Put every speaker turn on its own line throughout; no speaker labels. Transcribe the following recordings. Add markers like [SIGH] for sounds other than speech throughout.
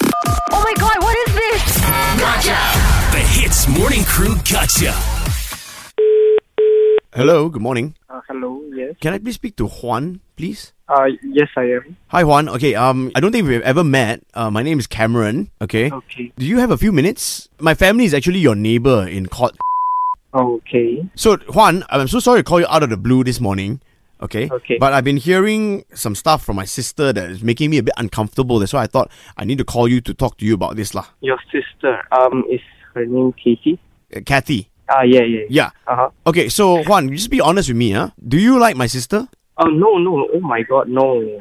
Oh my god, what is this?
The Hits Morning Crew Gotcha.
Hello, good morning.
Uh, hello, yes.
Can I please speak to Juan, please?
Uh, yes, I am.
Hi, Juan. Okay, um, I don't think we've ever met. Uh, my name is Cameron. Okay.
Okay.
Do you have a few minutes? My family is actually your neighbor in court.
Okay.
So, Juan, I'm so sorry to call you out of the blue this morning. Okay.
Okay.
But I've been hearing some stuff from my sister that is making me a bit uncomfortable. That's why I thought I need to call you to talk to you about this, lah.
Your sister, um, is her name Katie?
Uh, Kathy.
Ah, yeah, yeah.
Yeah.
Uh-huh.
Okay, so Juan, just be honest with me, huh? Do you like my sister?
Oh, no, no. Oh, my God, no.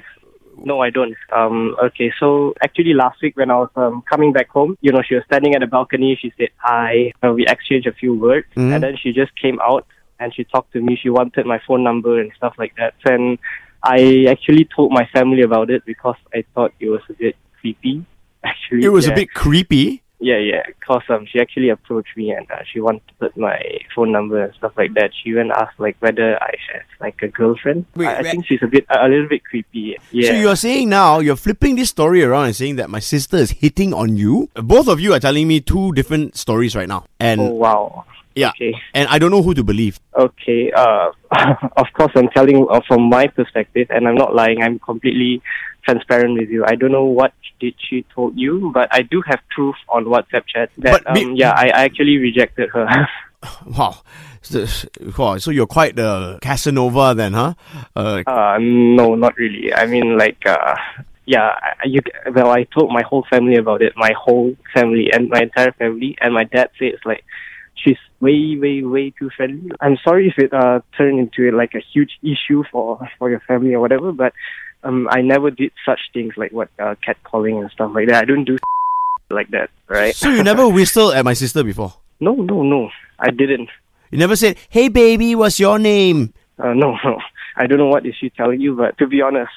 No, I don't. Um, okay, so actually last week when I was um, coming back home, you know, she was standing at the balcony. She said hi. Uh, we exchanged a few words, and then she just came out and she talked to me. She wanted my phone number and stuff like that. And I actually told my family about it because I thought it was a bit creepy. Actually,
It was
yeah.
a bit creepy.
Yeah, yeah. Cause um, she actually approached me and uh, she wanted my phone number and stuff like that. She even asked like whether I have like a girlfriend.
Wait,
I, I
wait.
think she's a bit a, a little bit creepy. Yeah.
So you're saying now you're flipping this story around and saying that my sister is hitting on you. Both of you are telling me two different stories right now, and
oh wow.
yeah,
Okay.
and I don't know who to believe.
Okay. Uh, [LAUGHS] of course, I'm telling uh, from my perspective, and I'm not lying. I'm completely transparent with you. I don't know what did she told you, but I do have proof on WhatsApp chat that
But me-
um, yeah, I, I actually rejected her. [LAUGHS]
Wow, so, wow, so you're quite the Casanova then, huh? Uh,
Uh, no, not really. I mean, like, uh, yeah, I- you, well, I told my whole family about it, my whole family and my entire family, and my dad says, like, she's way, way, way too friendly. I'm sorry if it uh, turned into like a huge issue for, for your family or whatever, but um, I never did such things like what uh, catcalling and stuff like that. I don't do [LAUGHS] like that, right?
so you never whistled at my sister before.
[LAUGHS] No, no, no, I didn't.
You never said, "Hey, baby, what's your name?"
Uh, no, [LAUGHS] no. I don't know what is she telling you, but to be honest,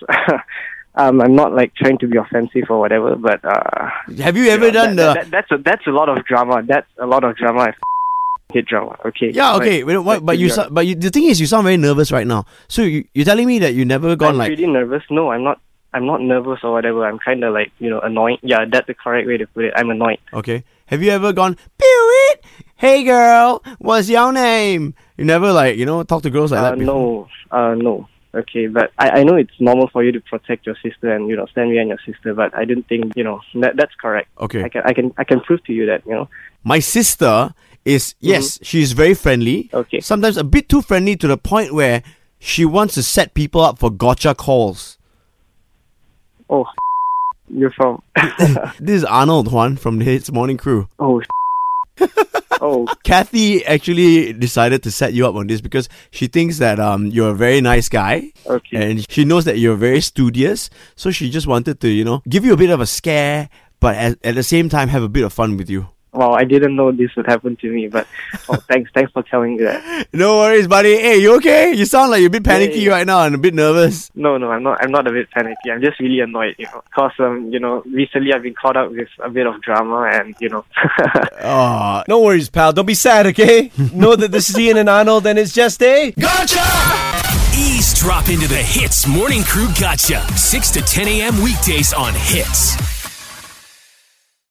[LAUGHS] um, I'm not like trying to be offensive or whatever. But uh,
Have you ever
yeah,
done uh, the?
that, that, that's a that's a lot of drama. That's a lot of drama. I [LAUGHS] hate drama. Okay.
yeah,
Like,
okay. wait, what-
like,
but
to
you,
be
sou-
honest.
but you, the thing is, you sound very nervous right now. So you, you're telling me that you never gone
I'm
like
pretty nervous. No, I'm not. I'm not nervous or whatever. I'm trying to like you know annoyed. Yeah, that's the correct way to put it. I'm annoyed.
Okay. Have you ever gone, pew it? Hey girl, what's your name? You never like, you know, talk to girls like
Uh,
that before.
no, uh, no. Okay, but I, I know it's normal for you to protect your sister and you know stand behind your sister, but I don't think you know that that's correct.
Okay.
I can I can I can prove to you that you know.
My sister is yes, she is very friendly.
Mm-hmm. Okay.
Sometimes a bit too friendly to the point where she wants to set people up for gotcha calls.
Oh, you're from.
This is Arnold Juan from the Hits Morning Crew.
oh, [LAUGHS] oh,
Kathy actually decided to set you up on this because she thinks that um you're a very nice guy.
Okay.
And she knows that you're very studious, so she just wanted to, you know, give you a bit of a scare, but at, at the same time have a bit of fun with you. [LAUGHS]
wow! I didn't know this would happen to me, but oh, thanks, thanks for telling me that.
No worries, buddy. Hey, you okay? You sound like you're a bit panicky
yeah.
right now and a bit nervous.
No, no, I'm not. I'm not a bit panicky. I'm just really annoyed, you know, cause um, you know, recently I've been caught up with a bit of drama, and you know, [LAUGHS]
Oh,
No worries, pal. Don't be sad, okay? know that this is Ian and Arnold, and it's just a.
Eavesdrop into the Hits Morning Crew Gotcha. 6 to 10 a.m. weekdays on Hits.